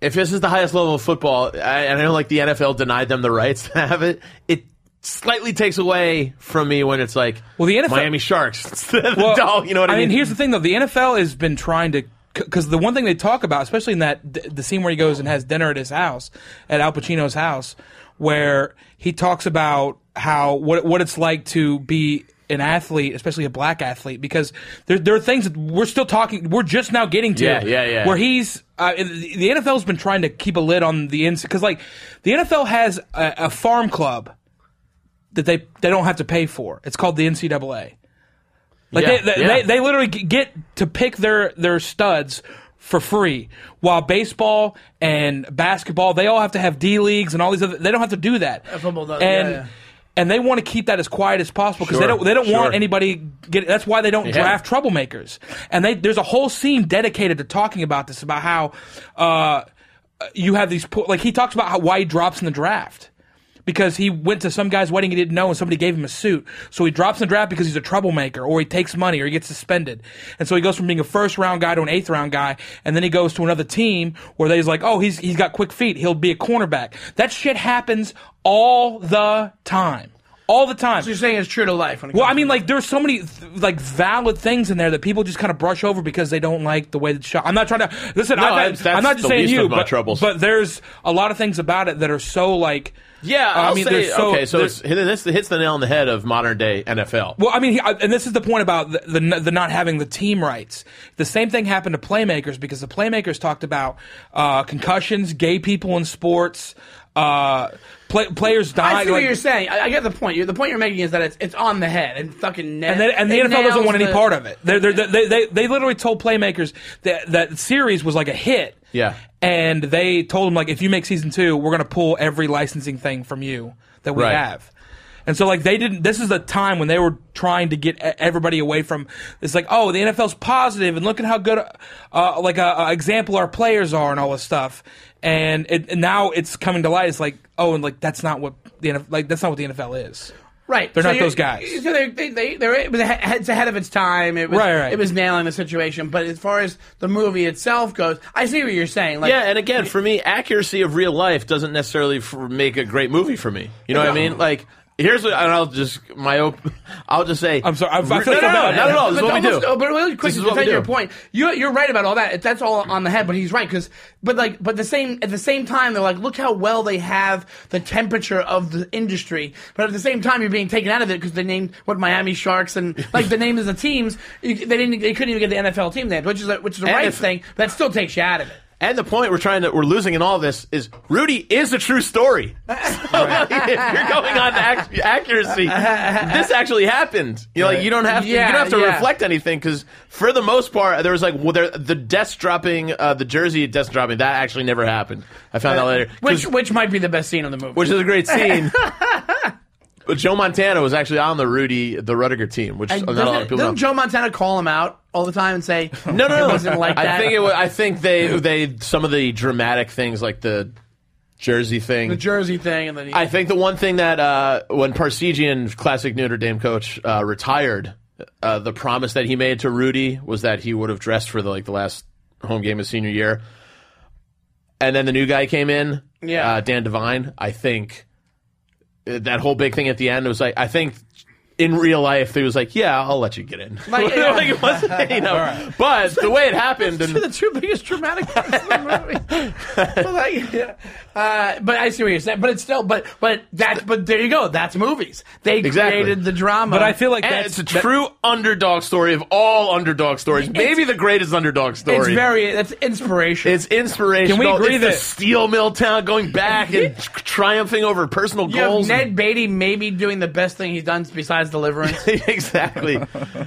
if this is the highest level of football, I, and I know like the NFL denied them the rights to have it, it slightly takes away from me when it's like, Well, the NFL Miami Sharks, It's the Well, doll, you know what I mean? Here's the thing, though. The NFL has been trying to because the one thing they talk about, especially in that d- the scene where he goes and has dinner at his house, at Al Pacino's house, where he talks about how what what it's like to be an athlete, especially a black athlete, because there there are things that we're still talking, we're just now getting to, Yeah, yeah, yeah. where he's. Uh, the the NFL's been trying to keep a lid on the ins because, like, the NFL has a, a farm club that they they don't have to pay for. It's called the NCAA. Like Yeah, they, they, yeah. they they literally g- get to pick their their studs for free, while baseball and basketball they all have to have D leagues and all these other. They don't have to do that. football does, and yeah, yeah. and they want to keep that as quiet as possible because Sure, they don't they don't sure. want anybody get. That's why they don't draft troublemakers. And they there's a whole scene dedicated to talking about this about how. Uh, you have these po- like he talks about how why he drops in the draft because he went to some guy's wedding he didn't know and somebody gave him a suit so he drops in the draft because he's a troublemaker or he takes money or he gets suspended and so he goes from being a first round guy to an eighth round guy and then he goes to another team where they's like oh he's he's got quick feet he'll be a cornerback that shit happens all the time all the time So you're saying it's true to life. When it well, comes I mean, to- like there's so many th- like valid things in there that people just kind of brush over because they don't like the way the shot. I'm not trying to listen. No, I've, that's- that's I'm not just the saying least you, of my but, troubles. but there's a lot of things about it that are so like. uh, yeah, I I'll mean, say, they're so- okay, so they're- it's, this hits the nail on the head of modern day NFL. Well, I mean, he, I, and this is the point about the, the n- the not having the team rights. The same thing happened to playmakers because the playmakers talked about uh, concussions, gay people in sports, uh, play, players dying. I see what like- you're saying. I, I get the point. you the point you're making is that it's it's on the head and fucking. Na- and, they, and the it NFL doesn't nails want any the- part of it. They're, they're, they, they, they literally told playmakers that that series was like a hit. Yeah. And they told them like, if you make season two, we're gonna pull every licensing thing from you that we Right. have. And so like they didn't. This is a time when they were trying to get e- everybody away from. It's like, oh, the NFL's positive, and look at how good, uh, like a, a example our players are, and all this stuff. And, it, and now it's coming to light. It's like, oh, and like that's not what the NFL, like that's not what the NFL is. Right. They're So not you- those guys. So they, they, they, they're, it was ahe- it's ahead of its time. It was, Right, right. It was nailing the situation. But as far as the movie itself goes, I see what you're saying. Like, yeah, and again, for me, accuracy of real life doesn't necessarily f- make a great movie for me. You know what I mean? Like, here's what, and I'll just my op- I'll just say, I'm sorry, I- I no, feel no, so no, bad. not at all. This is but what we do. almost- oh, but really quick This to is what we defend do. your point, you, you're right about all that. That's all on the head, but he's right because, but like, but the same at the same time, they're like, look how well they have the temperature of the industry, but at the same time, you're being taken out of it because they named what Miami Sharks and like the names of the teams. You, they didn't, they couldn't even get the NFL team named, which is a, which is the And right if- thing. That still takes you out of it. And the point we're trying to we're losing in all this is Rudy is a true story. So if you're going on ac- accuracy, this actually happened. You know, like you don't have to, Yeah, you don't have to yeah. reflect anything because for the most part there was like well, there, the desk dropping uh, the jersey desk dropping that actually never happened. I found out later, 'Cause- Uh, Which which might be the best scene of the movie. which is a great scene. but Joe Montana was actually on the Rudy the Rudiger team, which and not oh, a lot of doesn't, people doesn't know. Joe Montana call him out all the time and say, No, no, no. It wasn't like I that. think it was, I think they they some of the dramatic things like the jersey thing. the Jersey thing?" And then he, I think the one thing that uh, when Parsegian, classic Notre Dame coach, uh, retired, uh, the promise that he made to Rudy was that he would have dressed for the, like the last home game of senior year. And then the new guy came in, Yeah. uh, Dan Devine. I think uh, that whole big thing at the end was like, I think in real life they was like, yeah, I'll let you get in. Like, yeah. Like, it wasn't, you know. But the way it happened, and the two biggest dramatic parts of the movie. but, like, yeah. uh, but I see what you're saying. But it's still, but but that, but there you go. That's movies. They Exactly. created the drama. But I feel like And that's it's a true underdog story of all underdog stories. Maybe the greatest underdog story. it's very that's inspirational. It's inspirational. Can we agree it's the that- steel mill town going back and tr- triumphing over personal you have goals? Ned Beatty maybe doing the best thing he's done besides Deliverance. exactly.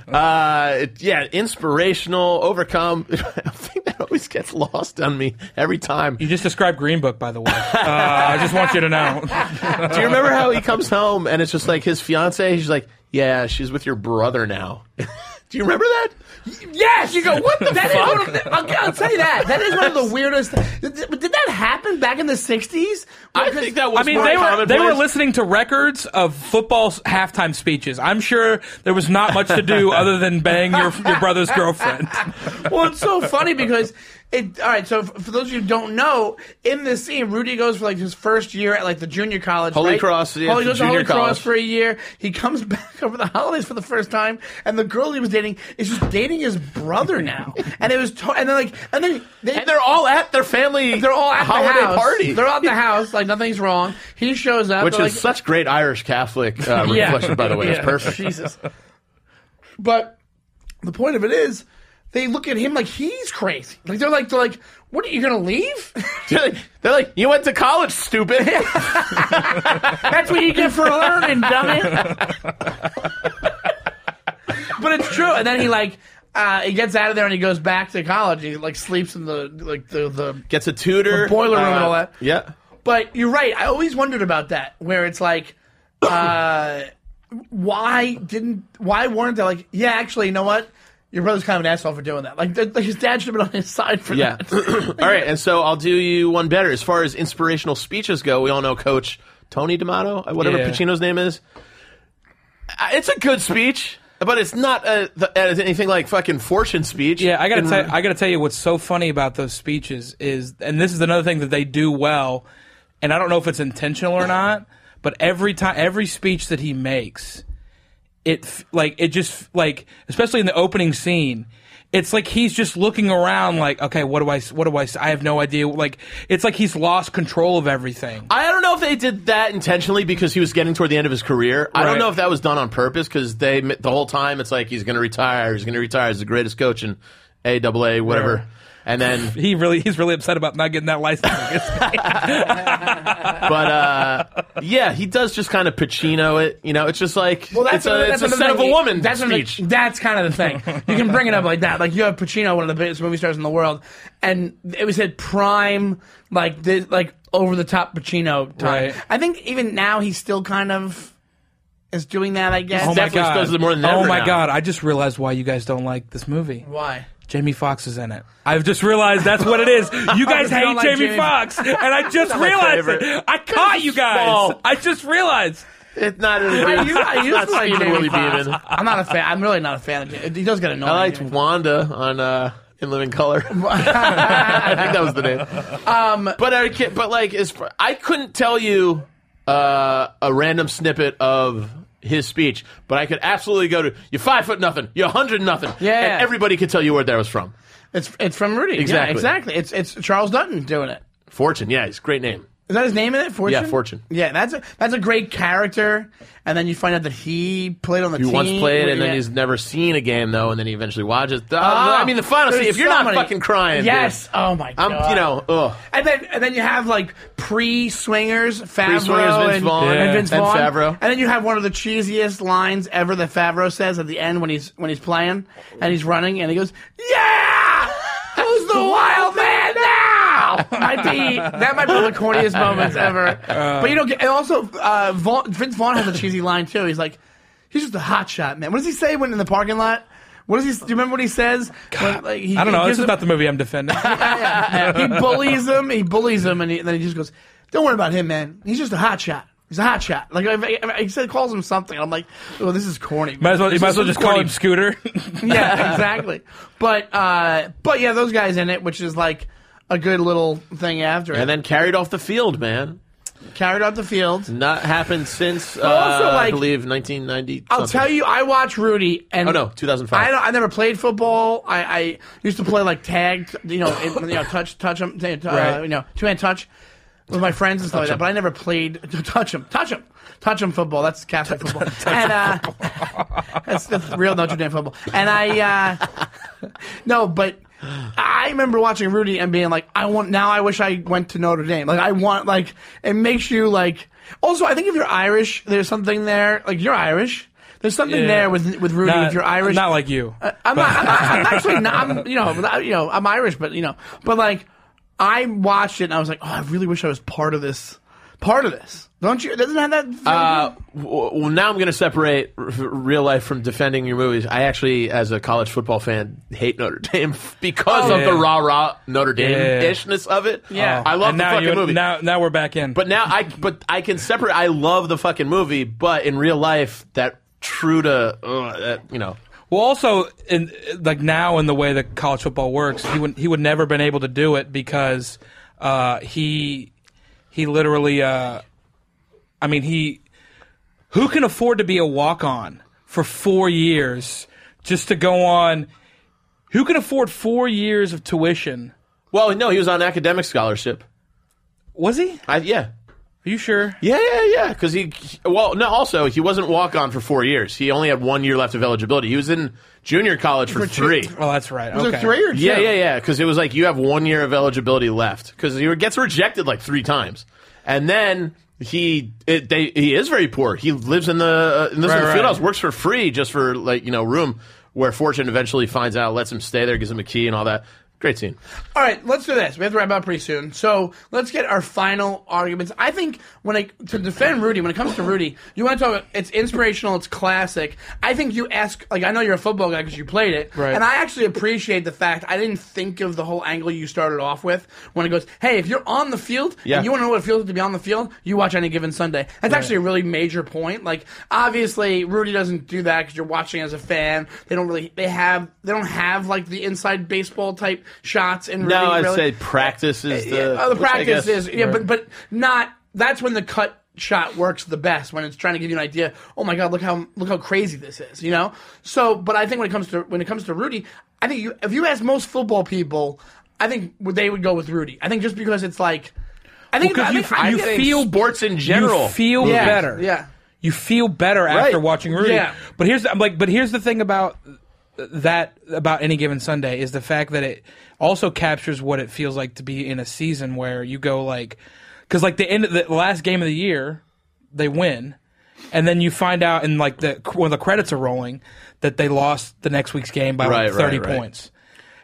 Uh, it- yeah, inspirational, overcome. I think that always gets lost on me every time. You just described Green Book, by the way. Uh, I just want you to know. Do you remember how he comes home and it's just like his fiance? She's like, "Yeah, she's with your brother now." Do you remember that? yes, you go. What the that is one of the- I'll, I'll tell you that. That is one of the weirdest. Did, did that happen back in the '60s? I think that was. I mean, more they were commonplace. they were listening to records of football s- halftime speeches. I'm sure there was not much to do other than bang your your brother's girlfriend. well, it's so funny because it. All right, so f- for those of you who don't know, in this scene, Rudy goes for like his first year at like the junior college, Holy right? Cross, yeah, Holy, the goes to Holy junior Cross college. for a year. He comes back over the holidays for the first time, and the girl he was dating is just dating his brother now, and it was. To- and then like, and then they, and they're all at their family. they're all at holiday the house. party. They're all at the house, like nothing's wrong. He shows up, which is they're like, such great Irish Catholic uh, Yeah. reflection, by the way. It's Yeah. perfect. Jesus. But the point of it is, they look at him like he's crazy. Like they're like they're like, what are you gonna leave? They're like, they're like, you went to college, stupid. That's what you get for learning, dummy. but it's true. And then he like. Uh, he gets out of there and he goes back to college. He like sleeps in the like the, the Gets a tutor, Uh, The boiler room and all that. Yeah, But you're right. I always wondered about that, where it's like, uh, why didn't, why weren't they like, yeah, actually, you know what? Your brother's kind of an asshole for doing that. Like, th- like his dad should have been on his side for yeah. all that. right, and so I'll do you one better. As far as inspirational speeches go, we all know Coach Tony D'Amato, uh, whatever Yeah. Pacino's name is. Uh, It's a good speech, but it's not a, the, uh, anything like fucking fortune speech. Yeah, I gotta tell I gotta tell you what's so funny about those speeches is, and this is another thing that they do well, and I don't know if it's intentional or not, but every time every speech that he makes, it f- like it just f- like especially in the opening scene. It's like he's just looking around, like, okay, what do I, s- what do I, s- I have no idea. Like, it's like he's lost control of everything. I don't know if they did that intentionally because he was getting toward the end of his career. I Right. don't know if that was done on purpose because they the whole time it's like he's going to retire, he's going to retire, he's the greatest coach in A, double A, whatever. Yeah. And then He really, he's really upset about not getting that license. but uh, yeah, he does just kind of Pacino it. You know, it's just like it's a, it's a another son of thing. a woman That's another- speech. that's kind of the thing. You can bring it up like that. Like you have Pacino, one of the biggest movie stars in the world, and it was at prime, like this, like over the top Pacino time. Right. I think even now he's still kind of is doing that. I guess. oh my definitely god! does it more than oh ever my now. god! I just realized why you guys don't like this movie. Why? Jamie Foxx is in it. I've just realized that's what it is. You guys You don't hate like Jamie Jamie Foxx, and I just realized favorite. it. I caught you guys. small. I just realized. It's not. As I used, I used not to like Stephen Jamie Willie Foxx. Beeman. I'm not a fan. I'm really not a fan of Jamie. He does get annoying. I liked Wanda on uh, In Living Color. I think that was the name. Um, but I can but like, as far, I couldn't tell you uh, a random snippet of his speech, but I could absolutely go to you five foot nothing, you a hundred nothing, Yeah. and everybody could tell you where that was from. It's it's from Rudy. Yeah, Exactly. exactly. It's it's Charles Dutton doing it. Fortune, yeah, it's a great name. Is that his name in it? Fortune. Yeah, Fortune. Yeah, that's a that's a great character. And then you find out that he played on the Who team. once played and Yeah. then he's never seen a game though, and then he eventually watches. Uh, Ah, I mean, the final there's scene. If you're so not many- fucking crying, dude, yes. oh my god. I'm. You know, ugh. And then and then you have like pre swingers, Favreau Pre-swingers, Vince and, Vaughn, and Yeah. Vince and Vaughn, Favreau. and then you have one of the cheesiest lines ever that Favreau says at the end when he's when he's playing and he's running and he goes, "Yeah, who's the wild man now?" might be that might be one of the corniest moments ever. but you don't get. And also, uh, Vaughn, Vince Vaughn has a cheesy line too. He's like, "He's just a hot shot man." What does he say when in the parking lot? What does he? Do you remember what he says? When, like, he- I don't he know. gives This is him- not the movie I'm defending. he bullies him. He bullies him, and, he, then he just goes, "Don't worry about him, man. He's just a hot shot. He's a hot shot." Like I, I, I said, calls him something. And I'm like, "Oh, this is corny." might as well, you This might is as well some just call him corny- Scooter. yeah, exactly. But uh, but yeah, those guys in it, which is like a good little thing after it. and then carried off the field, man. carried out the field. Not happened since uh, also, like- I believe 1990. I'll tell you, I watch Rudy and Oh, no, 2005. I don't, I never played football. I, I used to play like tag, you know, in, you know touch, touch 'em, t- uh, Right. you know, two hand touch with my friends and stuff like that. But I never played touch 'em, touch 'em, touch 'em football. That's Catholic football, and uh, that's, that's real Notre Dame football. And I, uh, no, but. I remember watching Rudy and being like, I want now. I wish I went to Notre Dame. Like I want like it makes you like. Also, I think if you're Irish, there's something there. Like you're Irish. There's something Yeah. there with with Rudy. Not- if you're Irish, Not like you. Uh, I'm not, I'm not. I'm actually not. I'm, you know, I- you know, I'm Irish, but you know, but like, I watched it and I was like, oh, I really wish I was part of this. Part of this, don't you? Doesn't have that. feeling? Uh, w- well, now I'm going to separate r- real life from defending your movies. I actually, as a college football fan, hate Notre Dame because Oh, of the yeah. rah rah Notre Dame ishness of it. Yeah. I love And the now fucking you- movie. Now, now we're back in. but now I but I can separate. I love the fucking movie, but in real life, that true to uh, that, you know. Well, also, in like now in the way that college football works, he would he would never been able to do it because uh, he he literally, uh, I mean, he who can afford to be a walk on for four years just to go on? Who can afford four years of tuition? Well, no, he was on academic scholarship. Was he? I, yeah, Are you sure? Yeah, yeah, yeah. Because he, well, no. Also, he wasn't walk on for four years. He only had one year left of eligibility. He was in junior college for, For two- three. Well, Oh, that's right. was okay. it three or two? Yeah, yeah, yeah. Because it was like you have one year of eligibility left. Because he gets rejected like three times, and then he it, they he is very poor. He lives in the uh, lives Right, in the right. field house, works for free just for like you know room. Where Fortune eventually finds out, lets him stay there, gives him a key and all that. Great scene. All right, let's do this. We have to wrap up pretty soon. So let's get our final arguments. I think when I to defend Rudy, when it comes to Rudy, you want to talk about it's inspirational, it's classic. I think you ask like I know you're a football guy because you played it, Right. and I actually appreciate the fact I didn't think of the whole angle you started off with when it goes, hey, if you're on the field Yeah. and you want to know what it feels like to be on the field, you watch any given Sunday. That's actually a really major point. Like obviously Rudy doesn't do that because you're watching as a fan. They don't really they have they don't have like the inside baseball type shots in No, really, I'd really- say practice is the yeah, oh, the which I practice is guess- yeah, but but not. That's when the cut shot works the best when it's trying to give you an idea. Oh my God, look how look how crazy this is, you know. So, but I think when it comes to when it comes to Rudy, I think you, if you ask most football people, I think would- they would go with Rudy. I think just because it's like, I think, I Because you, think- I you think- feel sports in general. You feel yeah, better. yeah. you feel better after watching Rudy. Yeah. But here's I'm like, but here's the thing about that about any given Sunday is the fact that it also captures what it feels like to be in a season where you go like, because like the end of the last game of the year, they win, and then you find out in like the when the credits are rolling that they lost the next week's game by Right, like right, thirty right. points,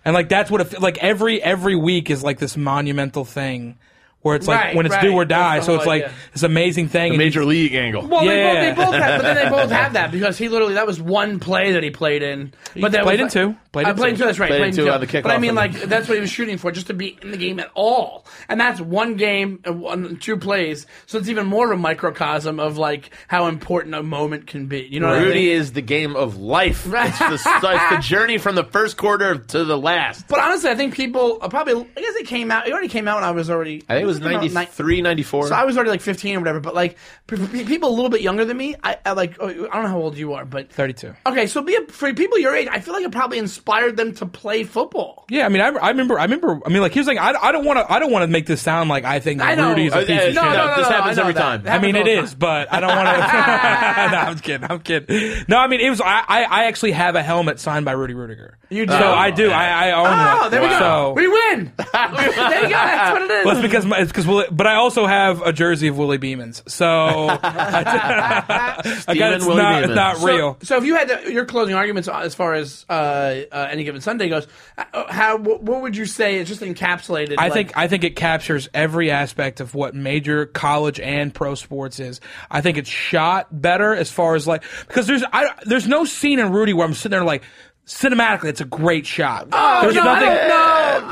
and like that's what it, fe- like every every week is like this monumental thing where it's like Right, when it's right. do or die. That's the So it's whole like idea. it's this amazing thing. and Major League angle. Well, Yeah. they, both, they both have, but then they both have that because he literally that was one play that he played in. But that played was, in two. Played I in played two. in two. That's right. Played in in two, two. uh, the kickoff but I mean, and- like that's what he was shooting for, just to be in the game at all. And that's one game, uh, one, two plays. So it's even more of a microcosm of like how important a moment can be. You know, what I Rudy mean? is the game of life. It's the, it's the journey from the first quarter to the last. But honestly, I think people uh, probably. I guess it came out. It already came out when I was already. I think it was about nine- 93, 94. So I was already like 15 or whatever, but like p- p- people a little bit younger than me, I, I like oh, I don't know how old you are, but 32. Okay, so be a, for people your age, I feel like it probably inspired them to play football. Yeah, I mean, I, I remember, I remember. I mean, like here's the thing. I, I don't want to, I don't want to make this sound like I think I know. Rudy's a Oh, piece yeah, of shit. no, no, no. this happens I know every that. time. That I mean, it happens all the is, time. but I don't want to. no, I'm kidding. I'm kidding. No, I mean, it was. I, I, I actually have a helmet signed by Rudy Rudiger. You do? So I do. I, I own one. Oh, there we go. So, We win. there you go. That's what it is. well, it's because my, it's because Willie, but I also have a jersey of Willie Beeman's. So again, it's Willie not, it's Beeman. not real. So, so if you had to, your closing arguments as far as uh, uh, any given Sunday goes, uh, how what, what would you say is just encapsulated? I like- think I think it captures every aspect of what major college and pro sports is. I think it's shot better as far as like because there's I, there's no scene in Rudy where I'm sitting there like cinematically it's a great shot. Oh, there's no, nothing. I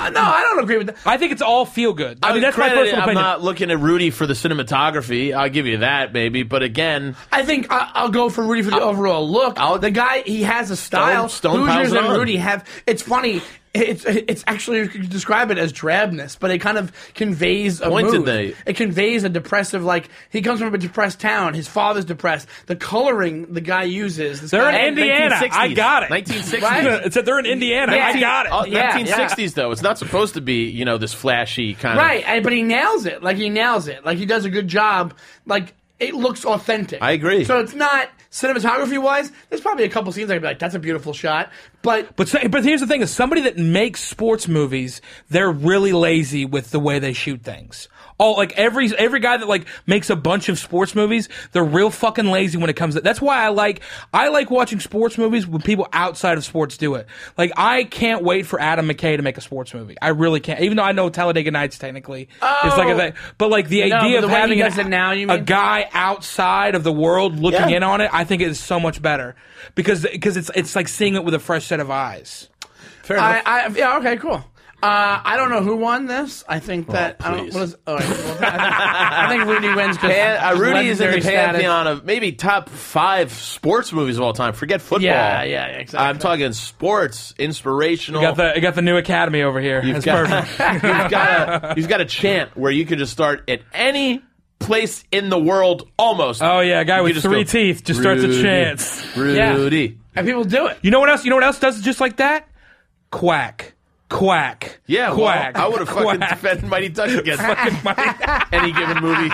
don't, no, no, I don't agree with that. I think it's all feel good. I mean that's Credit, my personal I'm opinion. not looking at Rudy for the cinematography. I'll give you that, maybe. But again, I think I, I'll go for Rudy for the overall look. I'll- the guy, he has a style. Stone piles Hoosiers it and on. Rudy have. It's funny. It's it's actually you could describe it as drabness, but it kind of conveys a Pointed mood. they- It conveys a depressive like he comes from a depressed town. His father's depressed. The coloring the guy uses. This They're guy- in Indiana. I 1960s. got it. 1960s. Right? It's that they're in Indiana. Yeah, I got it. Oh, Yeah, 1960s though. It's not supposed to be, you know, this flashy kind right, of. and- but he nails it. Like he nails it. Like he does a good job. Like it looks authentic. I agree. So it's not cinematography wise. There's probably a couple scenes I'd be like, "That's a beautiful shot," but But say- but here's the thing: is somebody that makes sports movies, they're really lazy with the way they shoot things. All like every every guy that like makes a bunch of sports movies, they're real fucking lazy when it comes to. That's why I like I like watching sports movies when people outside of sports do it. Like I can't wait for Adam McKay to make a sports movie. I really can't, even though I know Talladega Nights technically it's like a Oh. thing. But like the No, idea but the of way he having does a, it now, you a mean? guy outside of the world looking Yeah. in on it, I think it is so much better because because it's it's like seeing it with a fresh set of eyes. Fair I, I yeah okay cool. Uh, I don't know who won this. I think Oh, that I don't. please. What is, all right, well, I, think, I think Rudy wins because And, uh, Rudy is in the status. pantheon of maybe top five sports movies of all time. Forget football. Yeah, yeah, yeah, exactly. I'm talking sports, inspirational. You got the you got the new academy over here. You've That's got, perfect. you've got a, you've got a chant where you could just start at any place in the world almost. Oh, yeah, a guy You with could three teeth just starts a "Rudy, chant." Rudy. and people do it. You know what else? You know what else does it just like that? Quack, quack. Yeah, well, quack. I would have fucking quack. defended Mighty Ducks against any given movie.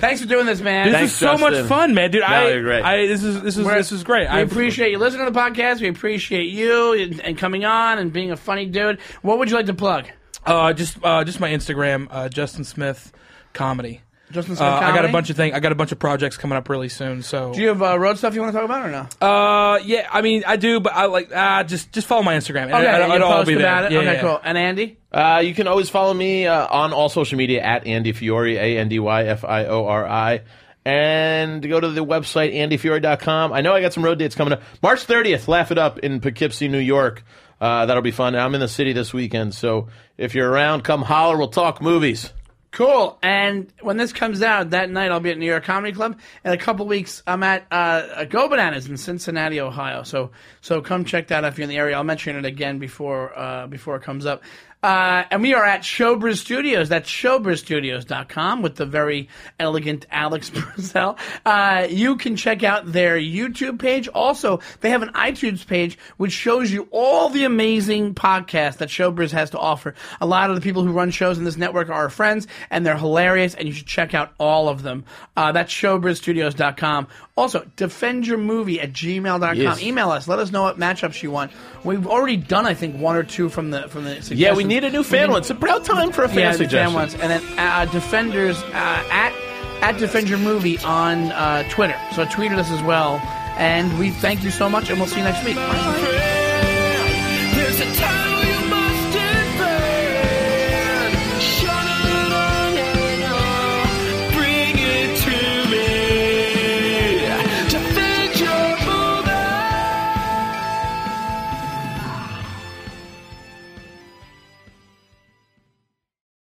Thanks for doing this, man. This Thanks, is so much Justin. fun, man, dude. No, I, you're great. I this is this is We're- this is great. We I appreciate you listening to the podcast. We appreciate you and, and coming on and being a funny dude. What would you like to plug? Uh, just uh, just my Instagram, uh, Justin Smith comedy. Justin Uh, Smith I got a Comedy? bunch of things. I got a bunch of projects coming up really soon. So, Do you have uh, road stuff you want to talk about or no? uh, yeah, I mean, I do, but I like ah, just just follow my Instagram. okay, I, you post about it. Yeah, okay, yeah. cool. And Andy, Uh, you can always follow me uh, on all social media at Andy Fiore, A N D Y F I O R I. And go to the website, andyfiore.com. I know I got some road dates coming up. March 30th, Laugh It Up in Poughkeepsie, New York. Uh, that'll be fun. And I'm in the city this weekend, so if you're around, come holler. We'll talk movies. cool. And when this comes out that night, I'll be at New York Comedy Club. In a couple weeks, I'm at uh, Go Bananas in Cincinnati, Ohio. So so come check that out if you're in the area. I'll mention it again before uh, before it comes up. Uh, and we are at Showbiz Studios. That's showbizstudios.com with the very elegant Alex Brazell. Uh, you can check out their YouTube page. Also, they have an iTunes page which shows you all the amazing podcasts that Showbiz has to offer. A lot of the people who run shows in this network are our friends, and they're hilarious, and you should check out all of them. Uh, that's showbizstudios.com. Also, defendyourmovie at gmail.com. Yes. Email us. Let us know what matchups you want. We've already done, I think, one or two from the from the suggestions. Yeah, we need a new fan one. It's a proud time for a fan Yeah, the suggestion. fan ones. And then uh, Defenders uh, at at Defend Your Movie on uh, Twitter. So tweet at us as well. And we thank you so much, and we'll see you next week. Bye. There's a time.